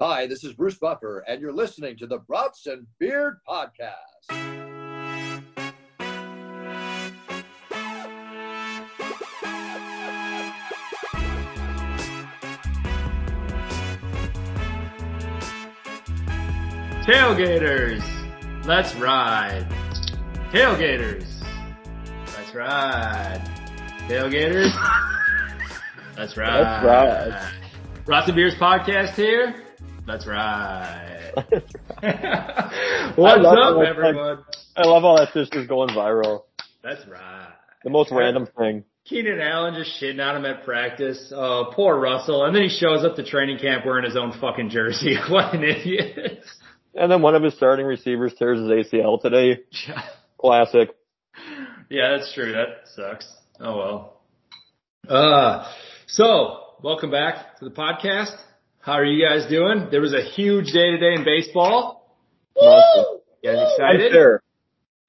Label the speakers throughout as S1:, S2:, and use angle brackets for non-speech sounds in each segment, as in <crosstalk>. S1: Hi, this is Bruce Buffer, and you're listening to the Broughts and Beard Podcast.
S2: Tailgaters, let's ride. Tailgaters, let's ride. Tailgaters, let's ride.
S3: Let's ride.
S2: Rots and Beers podcast here. Let's
S3: <laughs>
S2: ride. What's
S3: love it.
S2: up,
S3: Like-
S2: everyone?
S3: I love how that's just, just going viral.
S2: Let's ride.
S3: The most random thing.
S2: Keenan Allen just shitting on him at practice. Oh, poor Russell. And then he shows up to training camp wearing his own fucking jersey. <laughs> what an idiot.
S3: And then one of his starting receivers tears his ACL today.
S2: Yeah.
S3: Classic.
S2: Yeah, that's true. That sucks. Oh well. Uh, so welcome back to the podcast. How are you guys doing? There was a huge day today in baseball.
S3: Monster.
S2: You guys
S3: I'm
S2: excited?
S3: sure.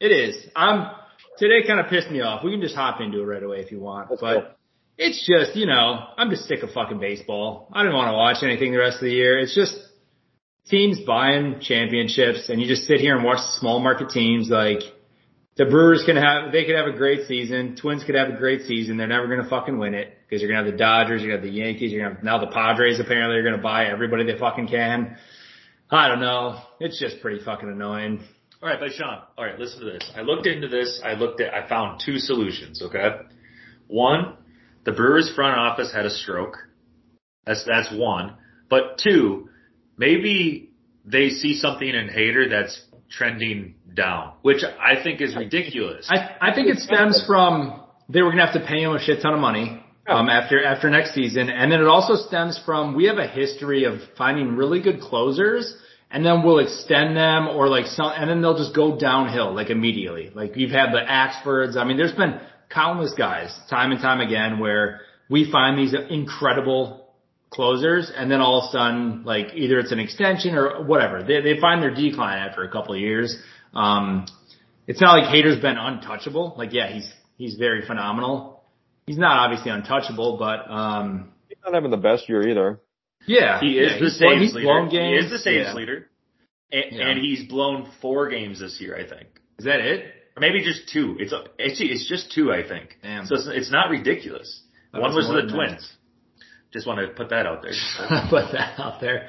S2: It is. I'm today kind of pissed me off. We can just hop into it right away if you want,
S3: Let's
S2: but
S3: go.
S2: it's just you know I'm just sick of fucking baseball. I didn't want to watch anything the rest of the year. It's just teams buying championships, and you just sit here and watch the small market teams like. The Brewers can have, they could have a great season. Twins could have a great season. They're never going to fucking win it because you're going to have the Dodgers, you're going to have the Yankees, you're going to have, now the Padres apparently are going to buy everybody they fucking can. I don't know. It's just pretty fucking annoying.
S4: All right, but Sean, all right, listen to this. I looked into this. I looked at, I found two solutions, okay? One, the Brewers front office had a stroke. That's, that's one. But two, maybe they see something in Hater that's trending down, which I think is ridiculous.
S2: I, I think it stems from they were gonna have to pay him a shit ton of money um, after after next season, and then it also stems from we have a history of finding really good closers, and then we'll extend them or like some, and then they'll just go downhill like immediately. Like you've had the Axfords. I mean, there's been countless guys, time and time again, where we find these incredible closers, and then all of a sudden, like either it's an extension or whatever, they they find their decline after a couple of years. Um, it's not like Hater's been untouchable. Like, yeah, he's he's very phenomenal. He's not obviously untouchable, but um,
S3: He's not having the best year either.
S2: yeah,
S4: he is
S2: yeah,
S4: the
S2: he's blown-
S4: saves
S2: he's blown
S4: leader. He
S2: games.
S4: is the saves
S2: Yeah.
S4: leader. And,
S2: Yeah.
S4: and he's blown four games this year, I think.
S2: Is that it?
S4: Or maybe just two. It's a- actually it's just two, I think.
S2: Damn.
S4: So it's, it's not ridiculous.
S2: That
S4: One
S2: was
S4: was
S2: more
S4: the
S2: than that.
S4: Twins. Just want to put
S2: <laughs>
S4: that out there.
S2: <laughs> Put that out there.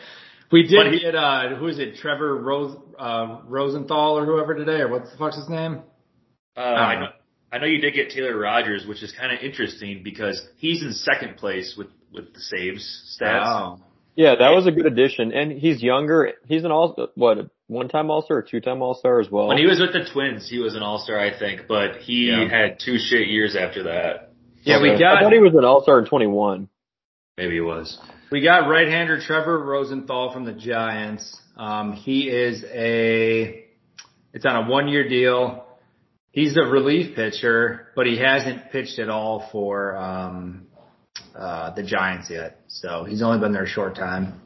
S2: We did
S4: But he-
S2: get uh, who is it? Trevor Rose uh, Rosenthal or whoever today, or what the fuck's his name?
S4: Uh, I, know, I know you did get Taylor Rogers, which is kind of interesting because he's in second place with with the saves stats.
S2: Oh,
S3: Yeah, that was a good addition. And he's younger. He's an all, what, one time all star or two time all star as well?
S4: When he was with the Twins, he was an All Star, I think, but he
S2: Oh. Yeah.
S4: had two shit years after that.
S2: yeah, we
S3: Okay. I thought
S2: got
S3: he was an all star in 21.
S4: Maybe he was.
S2: we got right-hander Trevor Rosenthal from the Giants. Um, he is a It's on a one year deal. He's a relief pitcher, but he hasn't pitched at all for um, uh, the Giants yet. So he's only been there a short time.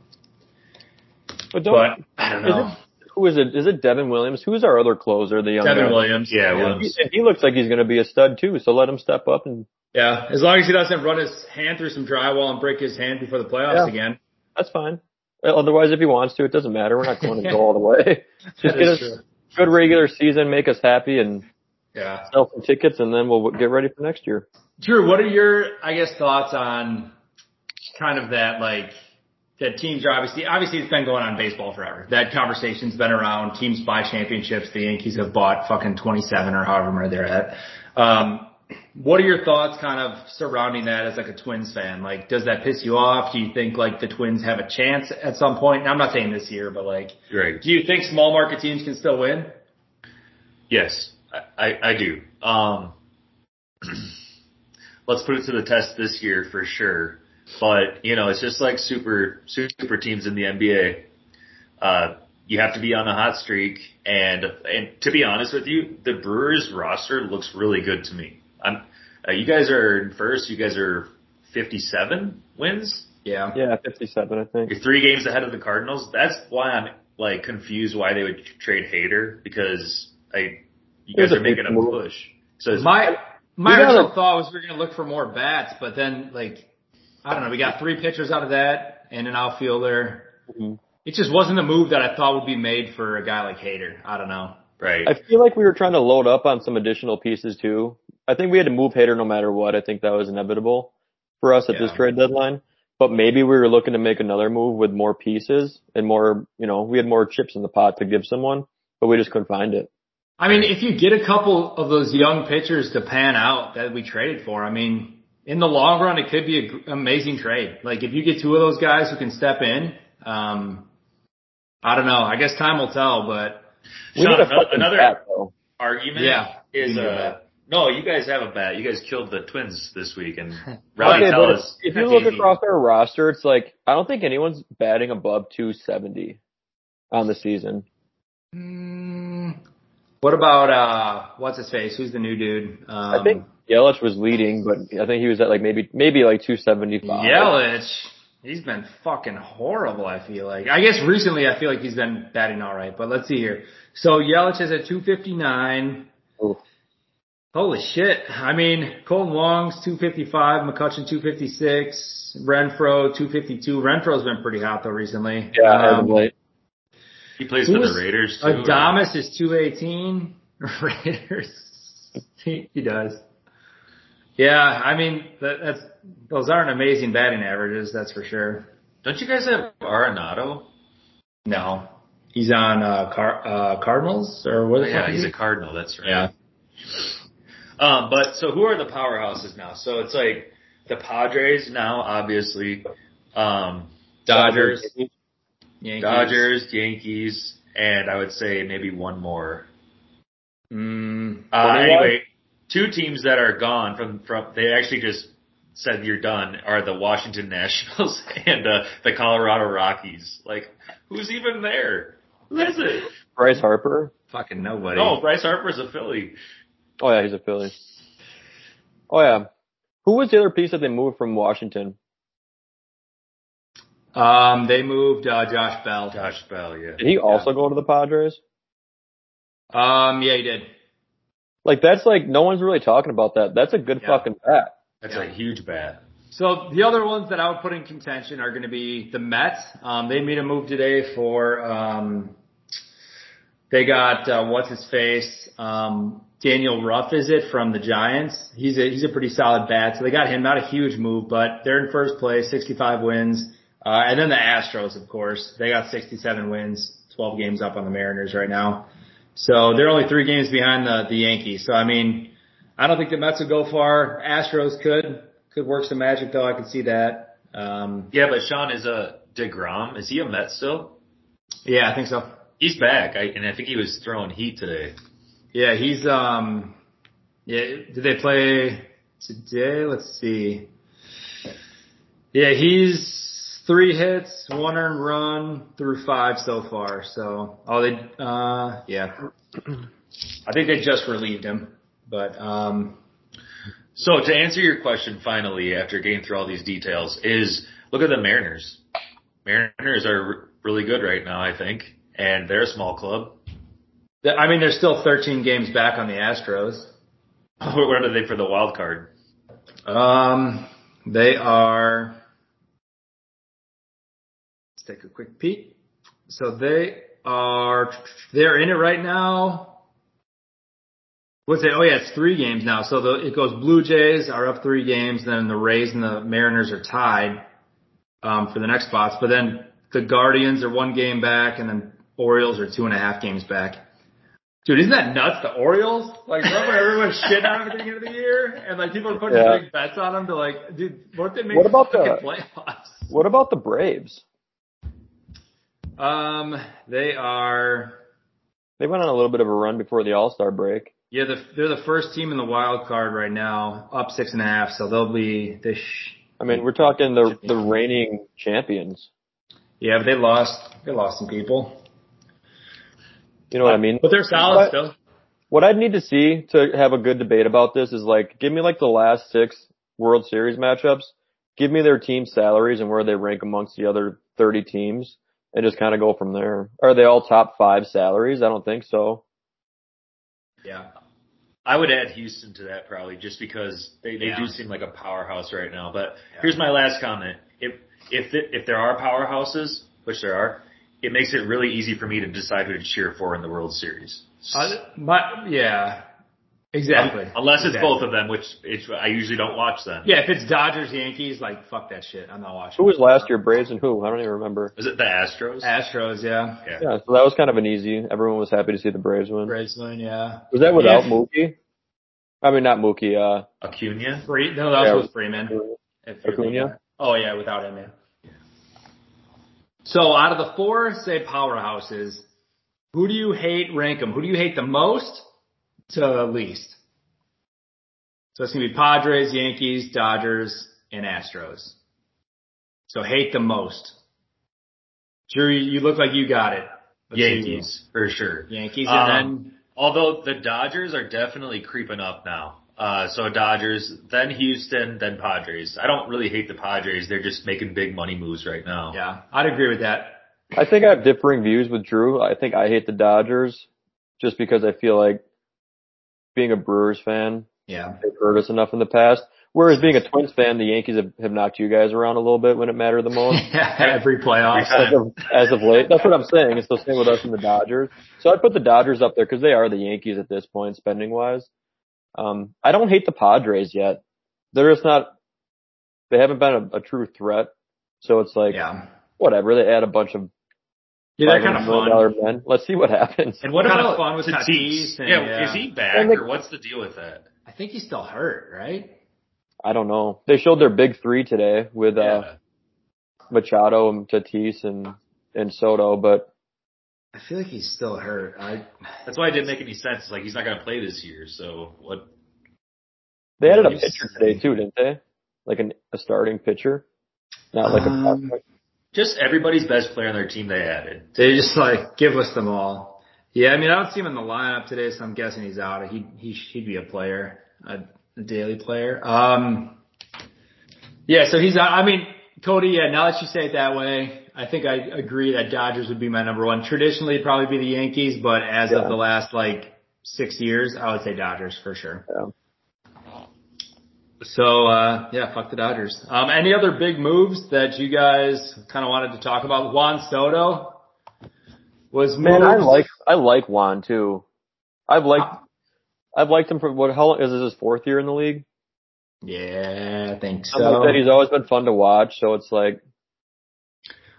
S3: But don't,
S2: But I don't
S3: Is
S2: know.
S3: who is it? Is it Devin Williams? Who's our other closer? The young
S2: Devin
S3: guy?
S2: Williams.
S4: Yeah,
S2: yeah.
S4: Williams.
S3: He, he looks like he's going to be a stud too, so let him step up and
S2: Yeah, As long as he doesn't run his hand through some drywall and break his hand before the playoffs
S3: Yeah.
S2: again.
S3: that's fine. Otherwise, if he wants to, it doesn't matter. We're not going to go all
S2: <laughs>
S3: the way. Just
S2: That
S3: get
S2: is
S3: us
S2: true.
S3: good regular season, make us happy, and
S2: Yeah.
S3: sell some tickets, and then we'll w- get ready for next year.
S2: Drew, what are your, I guess, thoughts on kind of that, like, that teams are obviously, obviously it's been going on in baseball forever. That conversation's been around. Teams buy championships. The Yankees have bought fucking 27 or however many they're at. Um, what are your thoughts kind of surrounding that as like a Twins fan? Like, does that piss you off? Do you think like the Twins have a chance at some point? And I'm not saying this year, but like,
S4: Great.
S2: do you think small market teams can still win?
S4: Yes, I, I, I do. Um, <clears throat> let's put it to the test this year for sure. But you know, it's just like super super teams in the NBA. Uh, you have to be on a hot streak, and and to be honest with you, the Brewers roster looks really good to me. I'm, uh, you guys are in first. You guys are 57 wins.
S2: Yeah.
S3: Yeah, 57, I think.
S4: You're three games ahead of the Cardinals. That's why I'm like confused why they would trade Hater because I you
S3: It was
S4: guys are
S3: a big
S4: making a
S3: move.
S4: push. So it's,
S2: My my
S3: We gotta-
S2: original thought was we were gonna look for more bats, but then like I don't know, we got three pitchers out of that and an outfielder.
S3: Mhm.
S2: It just wasn't the move that I thought would be made for a guy like Hater. I don't know.
S4: Right.
S3: I feel like we were trying to load up on some additional pieces too. I think we had to move Hater no matter what. I think that was inevitable for us at this
S2: Yeah.
S3: trade deadline. But maybe we were looking to make another move with more pieces and more, you know, we had more chips in the pot to give someone, but we just couldn't find it.
S2: I mean, if you get a couple of those young pitchers to pan out that we traded for, I mean, in the long run, it could be an amazing trade. Like if you get two of those guys who can step in, um, I don't know. I guess time will tell, but
S3: We
S4: Sean,
S3: need a
S4: ano-
S3: fucking
S4: another
S3: bat, though.
S4: argument
S2: Yeah.
S4: is
S2: You can go
S4: uh
S2: back.
S4: no, you guys have a bat. You guys killed the twins this week
S2: <laughs>
S4: and Rowdy
S3: Okay, but if,
S4: Tellis.
S3: if you look across our roster, it's like I don't think anyone's batting above 270 on the season.
S2: mm, what about, uh, what's his face? Who's the new dude? Um,
S3: I think Yelich was leading, but I think he was at like maybe maybe like 275.
S2: Yelich. He's been fucking horrible, I feel like. I guess recently I feel like he's been batting alright, but let's see here. So Yelich is at 259.
S3: Oof.
S2: Holy shit. I mean, Colton Wong's 255, McCutcheon 256, Renfro 252. Renfro's been pretty hot though recently.
S3: Yeah, as of
S2: Um,
S3: late.
S4: He plays
S2: Who
S4: for the
S2: was-
S4: Raiders too. right?
S2: Adamas is 218. <laughs> Raiders. he, he does. Yeah, I mean, that, that's, those aren't amazing batting averages, that's for sure.
S4: Don't you guys have Arenado?
S2: No. He's on uh, Car- uh Cardinals or what?
S4: Oh,
S2: the fuck
S4: yeah,
S2: is
S4: he's
S2: he?
S4: a Cardinal. That's right.
S2: Yeah.
S4: Um, but so who are the powerhouses now? So it's like the Padres now, obviously. Um,
S2: Dodgers, Yankees.
S4: Dodgers, Yankees, and I would say maybe one more.
S2: Mm,
S4: Uh,
S3: Otherwise-
S4: anyway, two teams that are gone from from they actually just said you're done are the Washington <laughs> Nationals and uh, the Colorado Rockies. Like, who's even there? Who is it?
S3: Bryce Harper.
S2: fucking nobody.
S4: No, Oh, Bryce Harper's a Philly.
S3: Oh yeah, he's a Philly. Oh yeah. Who was the other piece that they moved from Washington?
S2: Um, they moved uh, Josh Bell.
S4: Josh Bell, yeah.
S3: Did he also go to the Padres?
S2: Um, yeah, he did.
S3: Like that's like no one's really talking about that. That's a good
S2: Yeah.
S3: fucking bat.
S4: That's
S2: Yeah.
S4: a huge bat.
S2: So the other ones that I would put in contention are going to be the Mets. Um, they made a move today for um, they got uh, what's his face um, Daniel Ruff is it from the Giants? He's a he's a pretty solid bat. So they got him. Not a huge move, but they're in first place, 65 wins. Uh, and then the Astros, of course, they got 67 wins, 12 games up on the Mariners right now. So they're only three games behind the the Yankees. So I mean, I don't think the Mets will go far. Astros could could work some magic though. I could see that. Um,
S4: Yeah, but Sean is a Degrom. Is he a Met still?
S2: yeah, I think so.
S4: He's back, I, and I think he was throwing heat today.
S2: Yeah, he's um, yeah. Did they play today? Let's see. Yeah, he's three hits, one earned run through five so far. So, oh, they uh, yeah. <clears throat> I think they just relieved him, but um,
S4: So to answer your question finally, after getting through all these details, is look at the Mariners. Mariners are r- really good right now, I think, and they're a small club. <laughs>
S2: th- I mean, they're still 13 games back on the Astros.
S4: What are they for the wild card?
S2: Um, they are. Let's take a quick peek. So they are. They're in it right now. What's it? Oh yeah, it's three games now. So the, it goes. Blue Jays are up three games. Then the Rays and the Mariners are tied um, for the next spots. But then the Guardians are one game back, and then Orioles are two and a half games back. Dude, isn't that nuts? The Orioles? Like, remember when everyone was shitting on them at the beginning of the year? And, like, people were putting
S3: Yeah.
S2: big bets on them to, like, dude, what if they make
S3: What about
S2: fucking
S3: the-
S2: playoffs?
S3: What about the Braves?
S2: Um, they are,
S3: They went on a little bit of a run before the All Star break.
S2: yeah, the, they're the first team in the wild card right now, up six and a half, so they'll be, they sh-
S3: I mean, we're talking the the reigning champions.
S2: yeah, but they lost, they lost some people.
S3: You know what I mean?
S2: But they're solid
S3: What-
S2: still.
S3: What I'd need to see to have a good debate about this is like, give me like the last six World Series matchups. Give me their team salaries and where they rank amongst the other 30 teams and just kind of go from there. Are they all top five salaries? I don't think so.
S2: Yeah.
S4: I would add Houston to that probably just because they, they
S2: Yeah.
S4: do seem like a powerhouse right now. But here's my last comment. If if the, if there are powerhouses, which there are, it makes it really easy for me to decide who to cheer for in the World Series.
S2: Uh, my, yeah, exactly.
S4: Unless it's
S2: Exactly.
S4: both of them, which it's, I usually don't watch them.
S2: Yeah, if it's Dodgers Yankees, like fuck that shit. I'm not watching.
S3: Who was last year, Braves and who? I don't even remember.
S4: Is it the Astros?
S2: Astros, yeah.
S4: yeah.
S3: Yeah, so that was kind of an easy. Everyone was happy to see the Braves win.
S2: Braves win, yeah.
S3: Was that without
S2: Yeah.
S3: Mookie? I mean, not Mookie. Uh,
S4: Acuna.
S2: Free, no, that was
S3: Yeah.
S2: with Freeman. If you're
S3: Acuna?
S2: looking at- Oh yeah, without him, yeah. So out of the four, say powerhouses, who do you hate? Rank them. Who do you hate the most to the least? So it's gonna be Padres, Yankees, Dodgers, and Astros. So hate the most. Drew, you look like you got it. Let's see you.
S4: Yankees for sure.
S2: Yankees, and
S4: Um, Although the Dodgers are definitely creeping up now. Uh, so Dodgers, then Houston, then Padres. I don't really hate the Padres. They're just making big money moves right now.
S2: then yeah, I'd agree with that.
S3: I think I have differing views with Drew. I think I hate the Dodgers just because I feel like being a Brewers fan,
S2: Yeah,
S3: they've hurt us enough in the past. Whereas being a Twins fan, the Yankees have, have knocked you guys around a little bit when it mattered the most.
S2: <laughs> every playoff.
S3: as of, as of late. That's what I'm saying. It's the same with us and the Dodgers. So I put the Dodgers up there because they are the Yankees at this point, spending wise. Um, I don't hate the Padres yet. They're just not. They haven't been a, a true threat. So it's like
S2: yeah,
S3: whatever. They add a bunch of
S2: yeah, they're kind
S3: $500
S2: of
S3: million
S2: fun.
S3: dollar men. Let's see what happens.
S2: And what
S4: Kinda
S2: about fun with Tatis?
S4: Tatis.
S2: and, uh,
S4: yeah, is he back
S3: And they-
S4: or what's the deal with that?
S2: I think he's still hurt, right?
S3: I don't know. They showed their big three today with uh,
S4: Yeah.
S3: Machado and Tatis and and Soto, but
S2: I feel like he's still hurt. I
S4: That's why it didn't make any sense. Like he's not going to play this year. So what?
S3: they added a
S4: Yes.
S3: pitcher today too, didn't they? Like an, a starting pitcher, not like
S2: Um,
S3: a prospect.
S4: Just everybody's best player on their team they added.
S2: they just like give us them all. Yeah, I mean I don't see him in the lineup today, so I'm guessing he's out. He he he'd be a player, a, a daily player. Um, yeah, so he's out. I mean Cody, yeah. Now that you say it that way, I think I agree that Dodgers would be my number one. Traditionally, it'd probably be the Yankees, but as
S3: Yeah.
S2: of the last like six years, I would say Dodgers for sure.
S3: Yeah.
S2: So uh, yeah, fuck the Dodgers. Um, any other big moves that you guys kind of wanted to talk about? Juan Soto was
S3: Man, I
S2: moved-
S3: like I like Juan too. I've liked I've liked him for what? How long is this his fourth year in the league?
S2: Yeah, I think
S3: Something like that.
S2: so.
S3: He's always been fun to watch. So it's like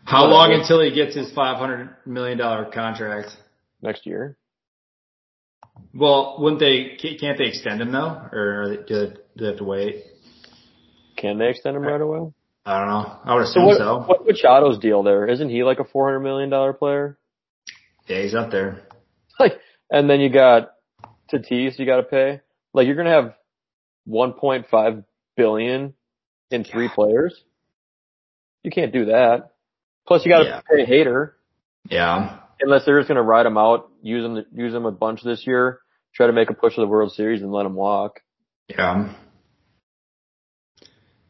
S2: How long until he gets his five hundred million dollar contract?
S3: next year.
S2: Well, wouldn't they? ca- Can't they extend him though, or are they- do they, do they have to wait?
S3: Can they extend him right away?
S2: I don't know. I would
S3: So
S2: assume so.
S3: what? What Machado's deal there? Isn't he like a four hundred million dollar player?
S2: Yeah, he's up there.
S3: Like, and then you got Tatis. You got to pay. Like you're gonna have one point five billion in three players. You can't do that. Plus, you got to
S2: Yeah.
S3: pay Hater.
S2: Yeah,
S3: unless they're just going to ride him out, use him, use him a bunch this year, try to make a push for the World Series and let him walk.
S2: yeah,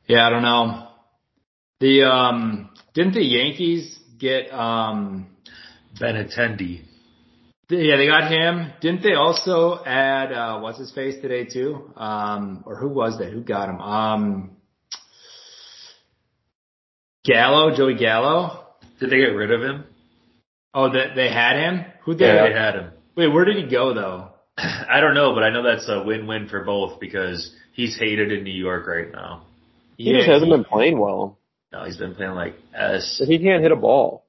S2: yeah. I don't know. The um, didn't the Yankees get um?
S4: Benatendi.
S2: Yeah, they got him. Didn't they also add uh what's his face today too? Um or who was that? Who got him? Um Gallo, Joey Gallo.
S4: Did they get rid of him?
S2: Oh, that they had him? Who did
S4: They had him. <sighs>
S2: Wait, where did he go though?
S4: I don't know, but I know that's a win-win for both because he's hated in New York right now.
S3: He just hasn't been playing well.
S4: No, he's been playing like S.
S3: But He can't hit a ball.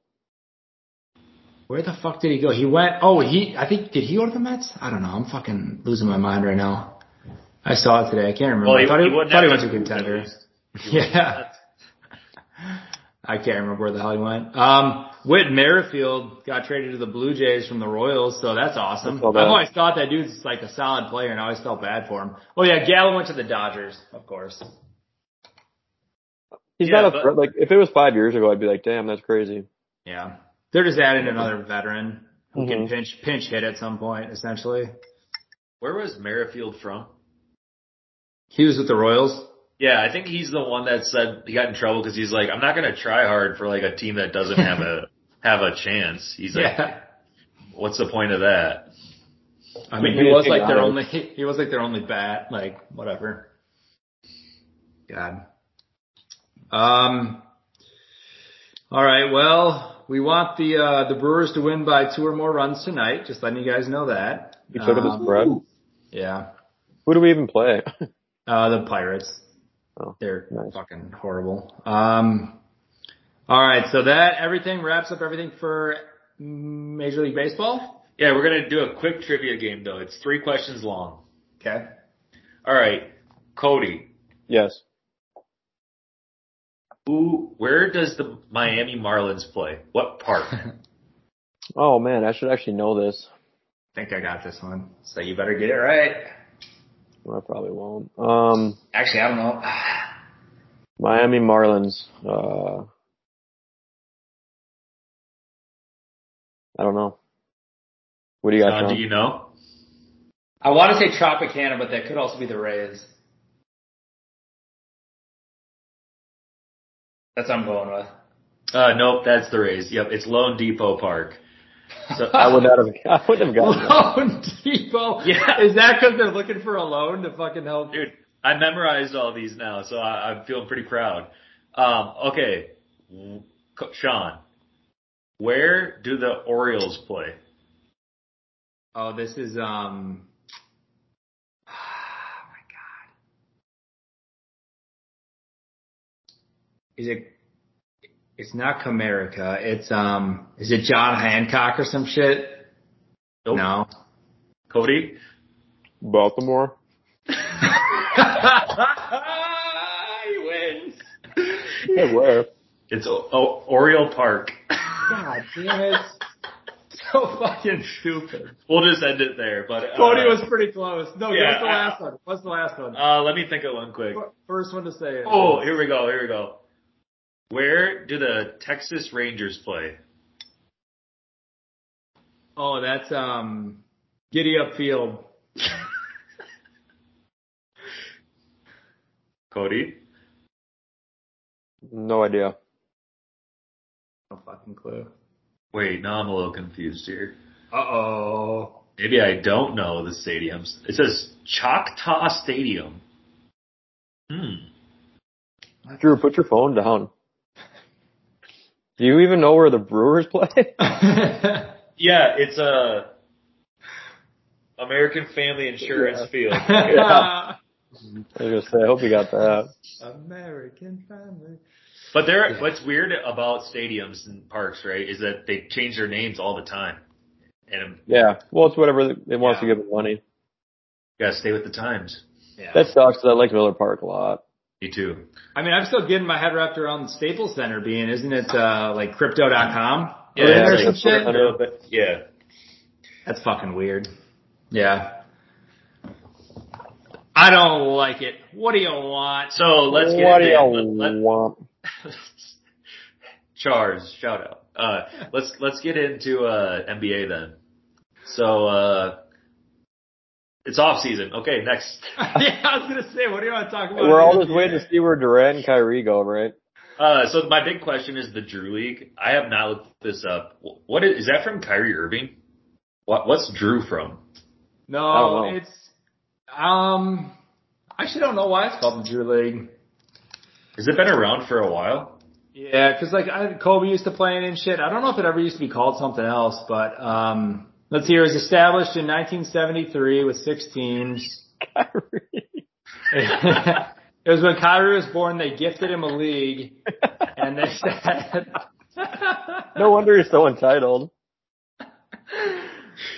S2: Where the fuck did he go? He went oh he I think did he go to the Mets? I don't know. I'm fucking losing my mind right now. I saw it today. I can't remember. I thought he,
S4: wouldn't
S2: thought he
S4: have
S2: went to contenders. Yeah. <laughs> I can't remember where the hell he went. Um, Whit Merrifield got traded to the Blue Jays from the Royals, so that's awesome.
S3: saw that.
S2: I've always thought that dude's like a solid player, and I always felt bad for him. Oh yeah, Gallo went to the Dodgers, of course.
S3: He's
S4: Yeah,
S3: not a
S4: but-
S3: threat. Like if it was five years ago, I'd be like, damn, that's crazy.
S2: Yeah, they're just adding another veteran who can
S3: Mhm.
S2: pinch pinch hit at some point. Essentially,
S4: Where was Merrifield from?
S2: he was with the Royals.
S4: Yeah, I think he's the one that said he got in trouble because he's like, I'm not gonna try hard for like a team that doesn't have <laughs> a have a chance. He's like,
S2: Yeah,
S4: what's the point of that?
S2: I mean
S3: Maybe
S2: he was
S3: they
S2: like
S3: got
S2: their
S3: him.
S2: only he was like their only bat. Like whatever. God. Um. All right. Well, we want the uh, the Brewers to win by two or more runs tonight. Just letting you guys know that.
S3: He took up his
S2: Um,
S3: spread.
S2: yeah,
S3: Who do we even play? <laughs>
S2: uh, the Pirates.
S3: Oh,
S2: They're
S3: nice.
S2: fucking horrible. Um, all right, so that everything wraps up everything for Major League Baseball.
S4: Yeah, we're gonna do a quick trivia game though. It's three questions long.
S2: Okay. <laughs>
S4: All right, Cody,
S3: yes.
S4: who, where does the Miami Marlins play? What park?
S3: Oh man, I should actually know this.
S2: Think I got this one.
S4: so you better get it right.
S3: I probably won't. Um,
S4: Actually, I don't know.
S3: Miami Marlins. Uh, I don't know. What do you got?
S4: John,
S3: Sean?
S4: Uh, do you know?
S5: I want to say Tropicana, but that could also be the Rays. That's what I'm going with.
S4: Uh, nope, that's the Rays. Yep, it's Lone Depot Park. <laughs> So
S3: I would not have. <laughs> I wouldn't have gotten.
S2: <laughs>
S3: that.
S2: Loan Depot.
S4: Yeah.
S2: Is that because they're looking for a loan to fucking help?
S4: dude, I memorized all these now, so I, I'm feeling pretty proud. Um, okay, W- Co- Sean, where do the Orioles play?
S2: Oh, this is um. ah, Is it? It's not Comerica. It's um. Is it John Hancock or some shit?
S4: Nope.
S2: No.
S4: Cody,
S3: <laughs> Baltimore.
S5: he wins.
S3: Hey, where?
S4: it's o- o- Oriole Park.
S2: God damn it! so fucking stupid.
S4: We'll just end it there. But uh,
S2: Cody was pretty close. No,
S4: Yeah,
S2: what's the
S4: I-
S2: last one? What's the last one?
S4: Uh, let me think of one quick.
S2: First one to say it.
S4: Oh, here we go. Here we go. Where do the Texas Rangers play?
S2: Oh, that's um, giddy up field.
S4: Cody,
S3: No idea.
S2: No fucking clue.
S4: wait. Now I'm a little confused here.
S2: Uh oh.
S4: Maybe I don't know the stadiums. It says Choctaw Stadium. Hmm.
S3: Drew, put your phone down. Do you even know where the Brewers play? <laughs>
S4: Yeah, it's a American Family Insurance Field.
S3: I was gonna say. I hope you got that.
S2: <laughs> American family.
S4: <laughs> But there, what's weird about stadiums and parks, right, is that they change their names all the time, and
S3: Yeah. Well, it's whatever they wants
S4: Yeah.
S3: to give it money.
S4: you gotta stay with the times.
S2: Yeah.
S3: That sucks. 'cause I like Miller Park a lot.
S4: Me too.
S2: I mean, I'm still getting my head wrapped around the Staples Center being, isn't it, uh, like crypto.com?
S4: Yeah,
S2: Or
S4: it's
S2: some
S4: like-
S2: shit?
S3: know,
S4: Yeah.
S2: That's fucking weird. Yeah. I don't like it. What do you want? <laughs>
S4: So let's get
S3: what
S4: it
S3: do
S4: back.
S3: you
S4: Let- let-
S3: want?
S4: <laughs> Chars, shout out. Uh, let's let's get into uh, NBA then. So uh, it's off season. Okay, next.
S2: yeah, I was gonna say, what do you want to talk about?
S3: We're all just waiting to see where Durant and Kyrie go, right?
S4: Uh, so my big question is the Drew League. I have not looked this up. Wh- What is, is that from Kyrie Irving? What what's Drew from?
S3: I don't
S2: No,
S3: know.
S2: it's um. I actually don't know why it's called the Drew League.
S4: Has it been around for a while?
S2: Yeah, because like I, Kobe used to play it and shit. I don't know if it ever used to be called something else, but um, let's see. It was established in 1973 with six teams. <laughs>
S3: Kyrie.
S2: it was when Kyrie was born. They gifted him a league, and they said
S3: <laughs> No wonder he's so entitled.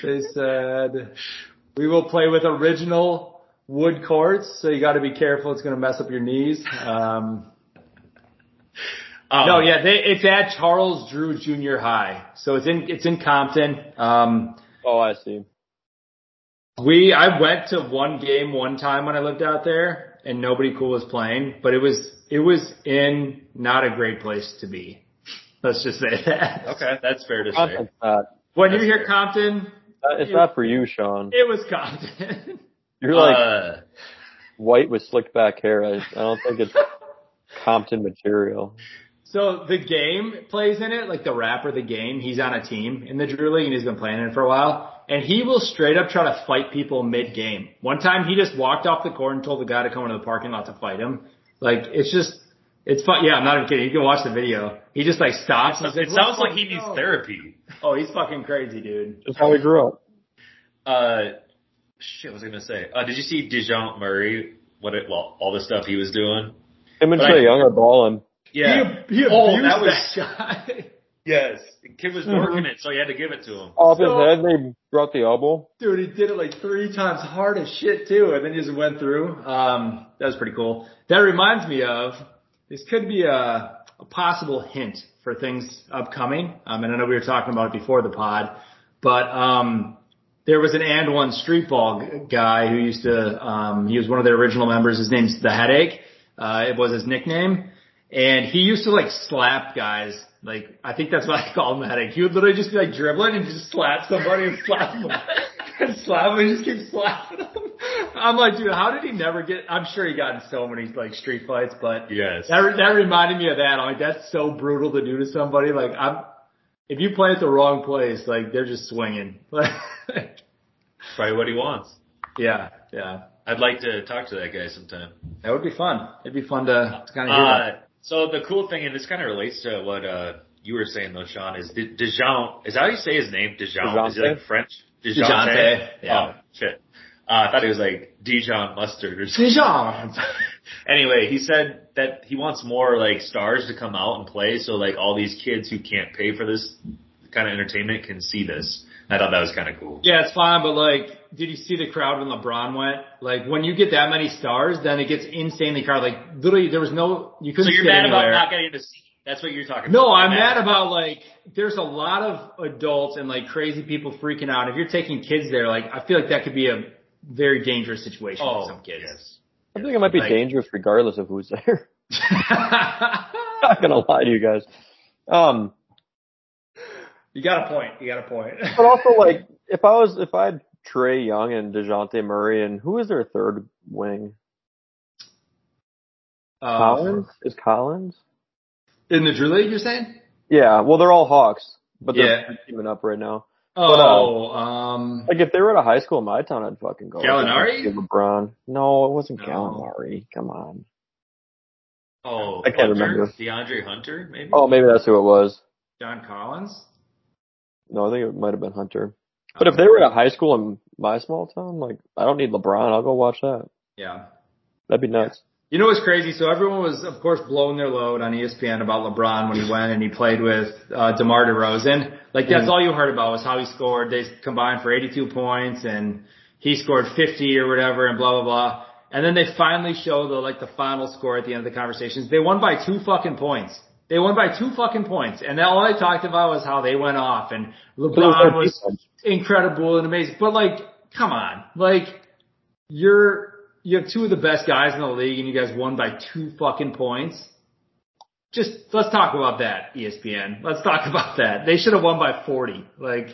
S2: they said we will play with original wood courts. So you got to be careful; it's going to mess up your knees. Um,
S4: Um,
S2: No, yeah, they, it's at Charles Drew Junior High, so it's in it's in Compton. Um,
S3: Oh, I see.
S2: we I went to one game one time when I lived out there, and nobody cool was playing, but it was it was in not a great place to be. Let's just say that.
S4: Okay, that's fair to say.
S3: Compton's not.
S2: When you hear Compton,
S3: uh, It's not for you, Sean.
S2: it was Compton. <laughs>
S3: You're like
S4: uh,
S3: white with slicked back hair. I, I don't think it's Compton material.
S2: so the game plays in it, like the rapper, the game. He's on a team in the Drew League, and he's been playing in it for a while. And he will straight up try to fight people mid game. One time, he just walked off the court and told the guy to come into the parking lot to fight him. Like it's just It's fun. Yeah, I'm not even kidding. You can watch the video. He just like stops. and he's
S4: It
S2: "Where
S4: sounds
S2: the
S4: like
S2: fuck
S4: he
S2: you
S4: needs
S2: go?"
S4: therapy.
S2: Oh, he's fucking crazy, dude.
S3: That's how we grew up.
S4: Uh, shit, what was I gonna say? Uh, did you see Dejounte Murray? What it? Well, all the stuff he was doing.
S3: Him and
S4: But I-
S3: Trey Young are balling.
S4: Yeah.
S2: He, he
S4: Oh,
S2: abused
S4: that was-
S2: that shot. <laughs>
S4: yes. The kid was working it, so you had to give it to him.
S3: Off his
S2: So-
S3: head, they brought the elbow.
S2: Dude, he did it like three times hard as shit too, and then just went through. Um, that was pretty cool. That reminds me of this could be a, a possible hint for things upcoming. Um, and I know we were talking about it before the pod, but um, there was an and one street ball g- guy who used to. Um, he was one of their original members. His name's the Headache. Uh, it was his nickname, and he used to like slap guys. Like I think that's why I call him the Headache. He would literally just be like dribbling and just slap somebody and slap them. And slap him and just keep slapping him. I'm like, dude, how did he never get? I'm sure he got in so many like street fights, but
S4: Yes.
S2: that re- that reminded me of that. I'm like, that's so brutal to do to somebody. Like, I'm if you play at the wrong place, like they're just swinging. <laughs>
S4: Probably what he wants.
S2: yeah, yeah,
S4: I'd like to talk to that guy sometime.
S2: that would be fun. It'd be fun to, kind of hear
S4: Uh,
S2: that.
S4: so the cool thing, and this kind of relates to what uh, you were saying though, Sean, is De- Dejounte. Is that how you say his name? Dejounte. Is he like
S3: Dejounte?
S4: French?
S2: Dejounte, yeah.
S4: Oh shit. Uh, I thought he was like Dijon mustard or something.
S2: Dijon.
S4: <laughs> anyway, he said that he wants more like stars to come out and play, so like all these kids who can't pay for this kind of entertainment can see this. I thought that was kind of cool.
S2: Yeah, it's fine, but like, did you see the crowd when LeBron went? Like, when you get that many stars, then it gets insanely crowded. Like, literally, there was no you
S4: So
S2: couldn't.
S4: you're
S2: sit
S4: mad about
S2: anywhere.
S4: not getting to see? That's what you're talking about.
S2: No, I'm
S4: You're
S2: mad about like there's a lot of adults and like crazy people freaking out. If you're taking kids there, like I feel like that could be a very dangerous situation
S4: Oh,
S2: for some kids.
S4: yes.
S3: I think it might be
S2: Like-
S3: dangerous regardless of who's there. <laughs> not gonna lie to you guys. Um,
S2: <laughs> you got a point. You got a point.
S3: but also like if I was if I had Trey Young and Dejounte Murray and who is their third wing?
S2: Uh,
S3: Collins is Collins.
S2: in the Drew League, you're saying?
S3: Yeah, well they're all Hawks, but they're
S2: Yeah.
S3: teaming up right now.
S2: Oh,
S3: uh,
S2: um,
S3: Like if they were at a high school in my town, I'd fucking go.
S2: Gallinari?
S3: LeBron. No, it wasn't
S2: No.
S3: Gallinari. Come on.
S4: Oh,
S3: I can't
S4: Hunter?
S3: remember.
S4: DeAndre Hunter, maybe.
S3: Oh, maybe that's who it was.
S2: John Collins.
S3: No, I think it might have been Hunter. But if they were at a high school in my small town, like I don't need LeBron. I'll go watch that.
S2: yeah.
S3: That'd be nuts.
S2: You know what's crazy? So everyone was, of course, blowing their load on E ESPN about LeBron when he went and he played with uh, DeMar DeRozan. Like that's all you heard about was how he scored. They combined for 82 points and he scored 50 or whatever and blah blah blah. And then they finally show the like the final score at the end of the conversations. They won by two fucking points. They won by two fucking points, and that, all they talked about was how they went off and LeBron was incredible and amazing. But like, come on, like you're you have two of the best guys in the league, and you guys won by two fucking points. Just let's talk about that, E ESPN. Let's talk <laughs> about that. They should have won by forty. Like,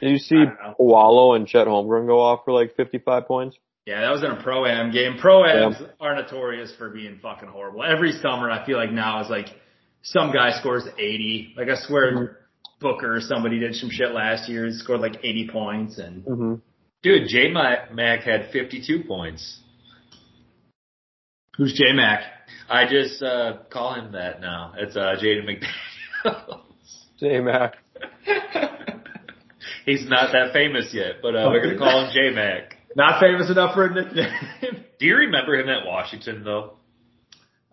S3: Did you
S2: I
S3: see
S2: don't know.
S3: Wallow and Chet Holmgren go off for like 55 points?
S2: yeah, that was in a pro am game. Pro ams are notorious for being fucking horrible. Every summer, I feel like now is like some guy scores eighty. Like I swear, Booker or somebody did some shit last year and scored like eighty points, and
S3: Mm-hmm.
S4: Dude, J Mac had 52 points.
S2: who's J Mac? <laughs>
S4: I just uh, call him that now. It's uh, Jaden McDaniels. <laughs>
S3: J Mac.
S4: He's not that famous yet, but uh, we're going to call him J Mac.
S2: Not famous enough for a
S4: <laughs>
S2: nickname.
S4: Do you remember him at Washington, though?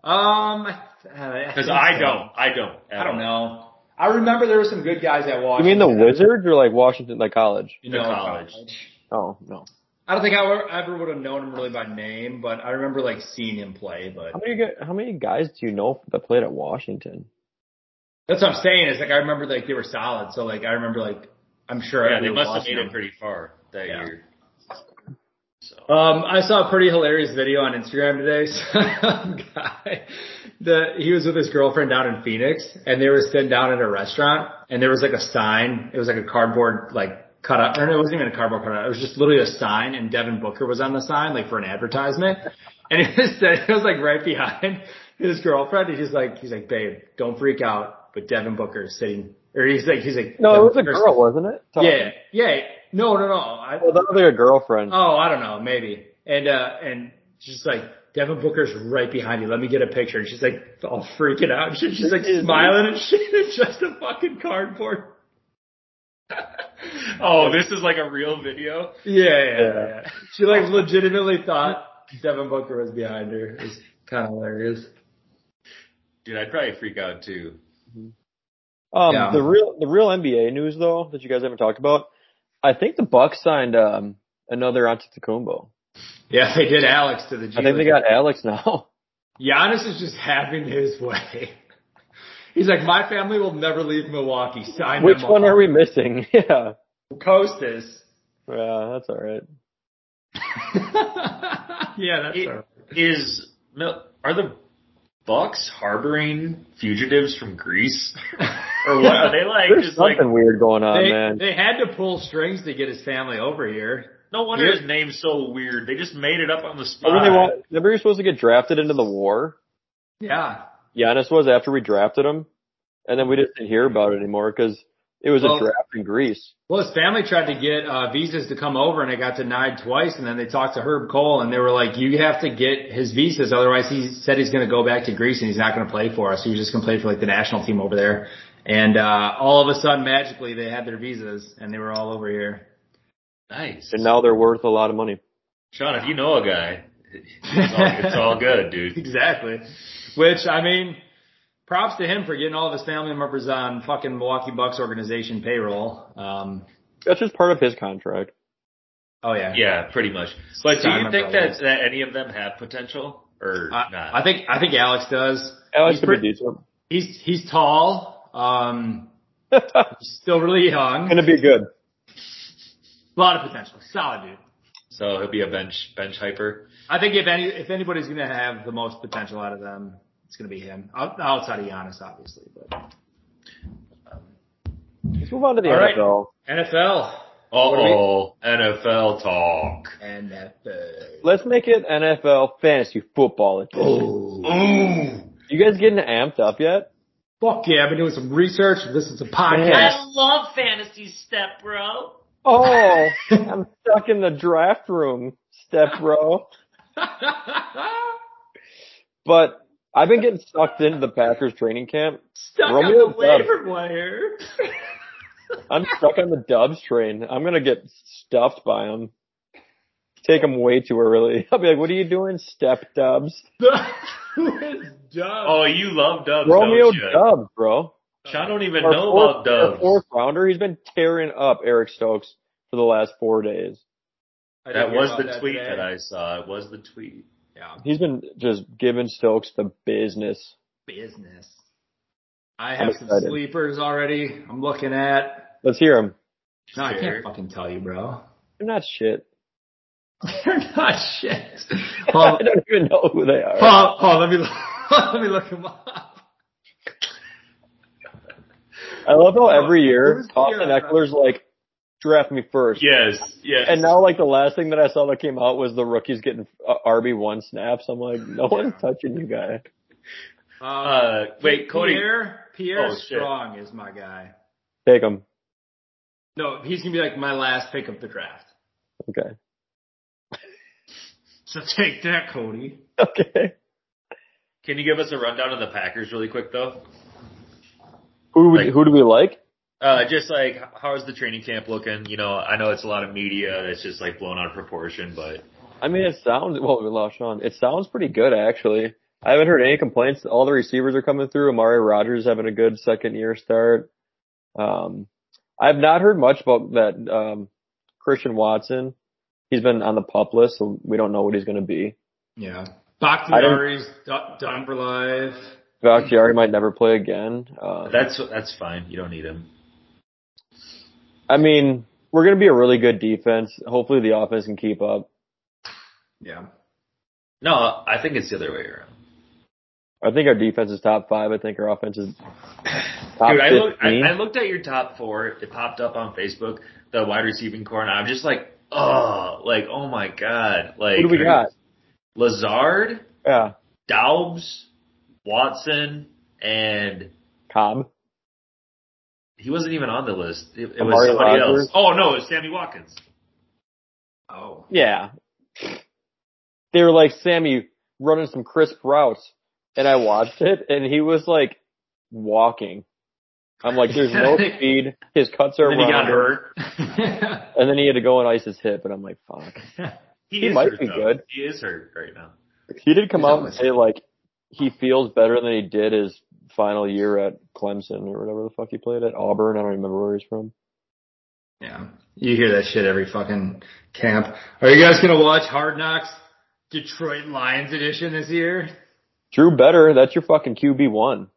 S2: Um,
S4: Because I don't. I don't. at
S2: I don't
S4: all.
S2: know. I remember there were some good guys at
S3: You
S2: Washington.
S3: mean the Wizards or like Washington, like college?
S2: You
S4: The
S2: know,
S4: college.
S3: Oh, no.
S2: I don't think I ever, ever would have known him really by name, but I remember like seeing him play. But
S3: How many, gu- how many guys do you know that played at Washington?
S2: that's what I'm saying is like I remember like they were solid. So like I remember like I'm sure
S4: Yeah,
S2: I
S4: they
S2: would've
S4: must have
S2: watched
S4: made
S2: them.
S4: it pretty far that
S2: Yeah.
S4: year. So
S2: Um, I saw a pretty hilarious video on Instagram today. <laughs> Some guy, the, he was with his girlfriend down in Phoenix and they were sitting down at a restaurant and there was like a sign. It was like a cardboard, like cut up, or no, it wasn't even a cardboard cutout. It was just literally a sign and Devin Booker was on the sign, like for an advertisement. <laughs> And it was, it was like right behind his girlfriend. He's just like, he's like, babe, don't freak out. But Devin Booker is sitting, or he's like, he's like,
S3: No, it was a
S2: Devin Booker's-
S3: girl, wasn't it?
S2: Yeah. Yeah. No, no, no. I,
S3: Well, that was like a girlfriend.
S2: Oh, I don't know, maybe. And uh and just like Devin Booker's right behind you. Let me get a picture. And she's like all freaking out. And shit. she's like
S3: It is.
S2: smiling and shit. <laughs> It's just a fucking cardboard.
S4: Oh, this is like a real video.
S2: Yeah, yeah, yeah, yeah. She like legitimately thought Devin Booker was behind her. It's kind of hilarious.
S4: Dude, I'd probably freak out too.
S3: Um,
S2: Yeah.
S3: the real the real NBA news though that you guys haven't talked about. I think the Bucks signed um another Antetokounmpo.
S2: Yeah, they did Alex to the G.
S3: I think they
S2: League.
S3: got
S2: <laughs>
S3: Alex now.
S2: Giannis is just having his way. <laughs> He's like, my family will never leave Milwaukee. Sign
S3: Which
S2: them
S3: one
S2: up.
S3: are we missing? <laughs> Yeah,
S2: Kostas.
S3: yeah, that's all right.
S2: <laughs> yeah, that's
S4: It-
S2: all <laughs> right.
S4: Is no, are the Bucks harboring fugitives from Greece, <laughs> or what are they like?
S3: There's
S4: Just like
S3: something weird going
S4: Uh,
S3: on,
S2: they,
S3: man.
S2: they had to pull strings to get his family over here.
S4: no wonder his name's so weird. They just made it up on the spot.
S3: remember, they want, remember you're supposed to get drafted into the war.
S2: Yeah.
S3: Giannis was after we drafted him, and then we just didn't hear about it anymore because it was
S2: Well-
S3: a draft in Greece.
S2: Well, his family tried to get uh, visas to come over, and it got denied twice. And then they talked to Herb Cole, and they were like, "You have to get his visas, otherwise he said he's going to go back to Greece and he's not going to play for us. He was just going to play for like the national team over there." And uh, all of a sudden, magically, they had their visas, and they were all over here.
S4: nice.
S3: And now they're worth a lot of money.
S4: Sean, if you know a guy, it's all, it's all
S3: <laughs>
S4: good,
S2: <laughs>
S4: dude.
S2: Exactly. Which I mean, props to him for getting all of his family members on fucking Milwaukee Bucks organization payroll. Um,
S3: That's just part of his contract.
S2: oh yeah.
S4: Yeah, pretty much. But do you
S2: Simon
S4: think
S2: Bowles.
S4: that that any of them have potential or not?
S2: I, I think I think Alex does.
S3: Alex
S2: He's
S3: could
S2: pretty-
S3: be decent.
S2: He's he's tall. Um, he's still really young.
S3: Gonna be good.
S2: a lot of potential. Solid dude.
S4: so he'll be a bench bench hyper.
S2: I think if any if anybody's gonna have the most potential out of them, it's gonna be him. Out- Outside of Giannis, obviously, but
S3: Let's move on to the
S2: All right.
S3: NFL.
S2: NFL
S4: Uh oh, NFL talk.
S2: and that. Uh,
S3: Let's make it NFL fantasy football. edition.
S2: oh.
S3: You guys getting amped up yet?
S2: Fuck yeah! I've been doing some research. Listen to podcasts.
S4: love fantasy step, bro.
S2: <laughs>
S3: Oh, I'm stuck in the draft room, step bro.
S2: <laughs>
S3: But I've been getting sucked into the Packers training camp.
S2: Stuck
S3: Romeo
S2: on the
S3: Dubs.
S2: waiver wire. <laughs>
S3: I'm stuck on the Dubs train. I'm gonna get stuffed by them. Take them way too early. <laughs> I'll be like, "What are you doing, Step Dubs?
S2: Who is Dubs?
S4: Oh, you love Dubs,
S3: Romeo
S4: don't you?
S3: Dubs, bro."
S4: Sean don't even
S3: Our
S4: know
S3: fourth-
S4: about
S3: our
S4: Dubs.
S3: fourth rounder. He's been tearing up Eric Stokes for the last four days.
S2: I didn't
S4: That
S2: hear
S4: was
S2: about
S4: the tweet
S2: today.
S4: that I saw. It was the tweet.
S2: Yeah.
S3: He's been just giving Stokes the business.
S2: business. I
S3: I'm
S2: have some
S3: excited.
S2: sleepers already. I'm looking at.
S3: Let's hear him.
S2: No, I can't
S4: Scared.
S2: fucking tell you,
S4: <laughs>
S2: bro.
S3: They're not shit. <laughs>
S2: They're not shit. Paul,
S3: I don't even know who they are.
S2: Paul, Paul, let me let me look <laughs> them up.
S3: I love how every year
S2: Who's the,
S3: Austin
S2: uh,
S3: Eckler's like, draft me first.
S4: Yes, yes.
S3: And now, like the last thing that I saw that came out was the rookies getting uh, RB one snaps. I'm like, no one's touching you guy.
S2: Uh,
S4: uh, wait, Cody.
S2: Pierre, Pierre
S4: Oh, shit.
S2: Strong is my guy.
S3: Take him.
S2: No, he's gonna be like my last pick of the draft.
S3: Okay. <laughs>
S2: So take that, Cody.
S3: Okay.
S4: Can you give us a rundown of the Packers really quick though?
S3: Who would,
S4: Like-
S3: who do we like?
S4: Uh, just like h- how is the training camp looking? You know, I know it's a lot of media that's just like blown out of proportion, but
S3: I mean, it sounds well. We lost Sean. It sounds pretty good, actually. I haven't heard any complaints. All the receivers are coming through. Amari Rogers having a good second year start. Um, I've not heard much about that um, Christian Watson. He's been on the pup list, so we don't know what he's going to be.
S2: Yeah. Bakhtiari's do- done for life.
S3: Bakhtiari might never play again. Um,
S4: that's that's fine. You don't need him.
S3: I mean, we're going to be a really good defense. Hopefully, the offense can keep up.
S2: Yeah.
S4: No, I think it's the other way around.
S3: I think our defense is top five. I think our offense is top
S4: Dude, I, look, I,
S3: 15.
S4: I looked at your top four. It popped up on Facebook, the wide receiving core, and I'm just like, oh, like, oh my god, like,
S3: Who do we got?
S4: Lazard,
S3: Yeah,
S4: Daubs, Watson, and
S3: Cobb.
S4: he wasn't even on the list. It, it was
S3: Amari
S4: somebody
S3: Rodgers.
S4: else. Oh no, it was Sammy Watkins.
S2: Oh.
S4: <laughs>
S3: Yeah. They were like, Sammy, running some crisp routes. And I watched it and he was like walking. I'm like, there's
S4: <laughs>
S3: no speed. His cuts are
S4: Then he got
S3: rounder. <laughs>
S4: hurt.
S3: And then he had to go and ice his hip, and I'm like, fuck.
S4: He,
S3: He
S4: is
S3: might
S4: hurt,
S3: be
S4: though.
S3: good.
S4: He is hurt right now.
S3: He did come
S2: He's
S3: out
S2: not
S3: and say like he feels better than he did his final year at Clemson or whatever the fuck he played at Auburn. I don't remember where he's from.
S2: yeah, you hear that shit every fucking camp. Are you guys gonna watch Hard Knocks Detroit Lions edition this year?
S3: Drew Better, that's your fucking QB one.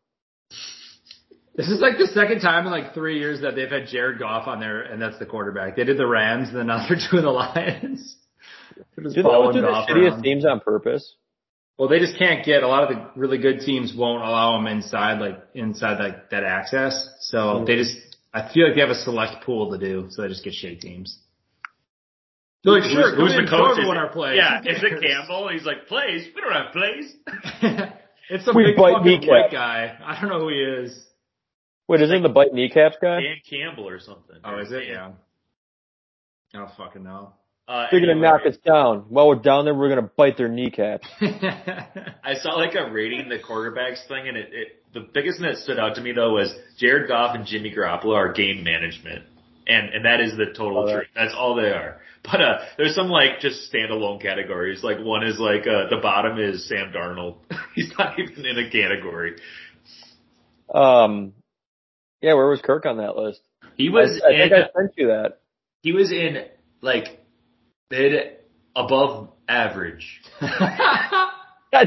S2: This is like the second time in like three years that they've had Jared Goff on there, and that's the quarterback. They did the Rams, and then now <laughs> they're doing the Lions. They're just
S3: Dude, they
S2: following
S3: always do the
S2: Goff
S3: shittiest
S2: around.
S3: teams on purpose.
S2: Well, they just can't get a lot of the really good teams won't allow them inside like inside like that access. So they just I feel like they have a select pool to do, so they just get shitty teams. They're like, sure,
S4: who's, who's
S2: come in,
S4: the
S2: throw
S4: coach? Is
S2: everyone
S4: it-
S2: our plays. <laughs>
S4: Yeah,
S2: Who
S4: is it
S2: cares?
S4: Campbell? He's like, plays? We don't
S3: <laughs>
S4: have plays.
S2: <laughs> it's some
S3: We
S2: big
S3: bite
S2: fucking
S3: kneecaps.
S2: white guy. I don't know who he is.
S3: Wait, isn't the bite kneecaps guy?
S4: Dan Campbell or something.
S2: Oh, is it? Yeah. I don't fucking <laughs> know.
S4: Uh,
S3: They're gonna
S4: anyway,
S3: knock us down. While we're down there, we're gonna bite their kneecaps.
S4: I saw like a rating the quarterbacks thing, and it, it the biggest thing that stood out to me though was Jared Goff and Jimmy Garoppolo are game management, and and that is the total
S3: Oh, yeah.
S4: truth. That's all they are. <laughs> But uh, there's some like just standalone categories. Like one is like uh, the bottom is Sam Darnold. <laughs> He's not even in a category.
S3: Um, yeah, where was Kirk on that list?
S4: He
S3: I, I
S4: was in,
S3: think I sent you that.
S4: he was in like mid above average.
S3: I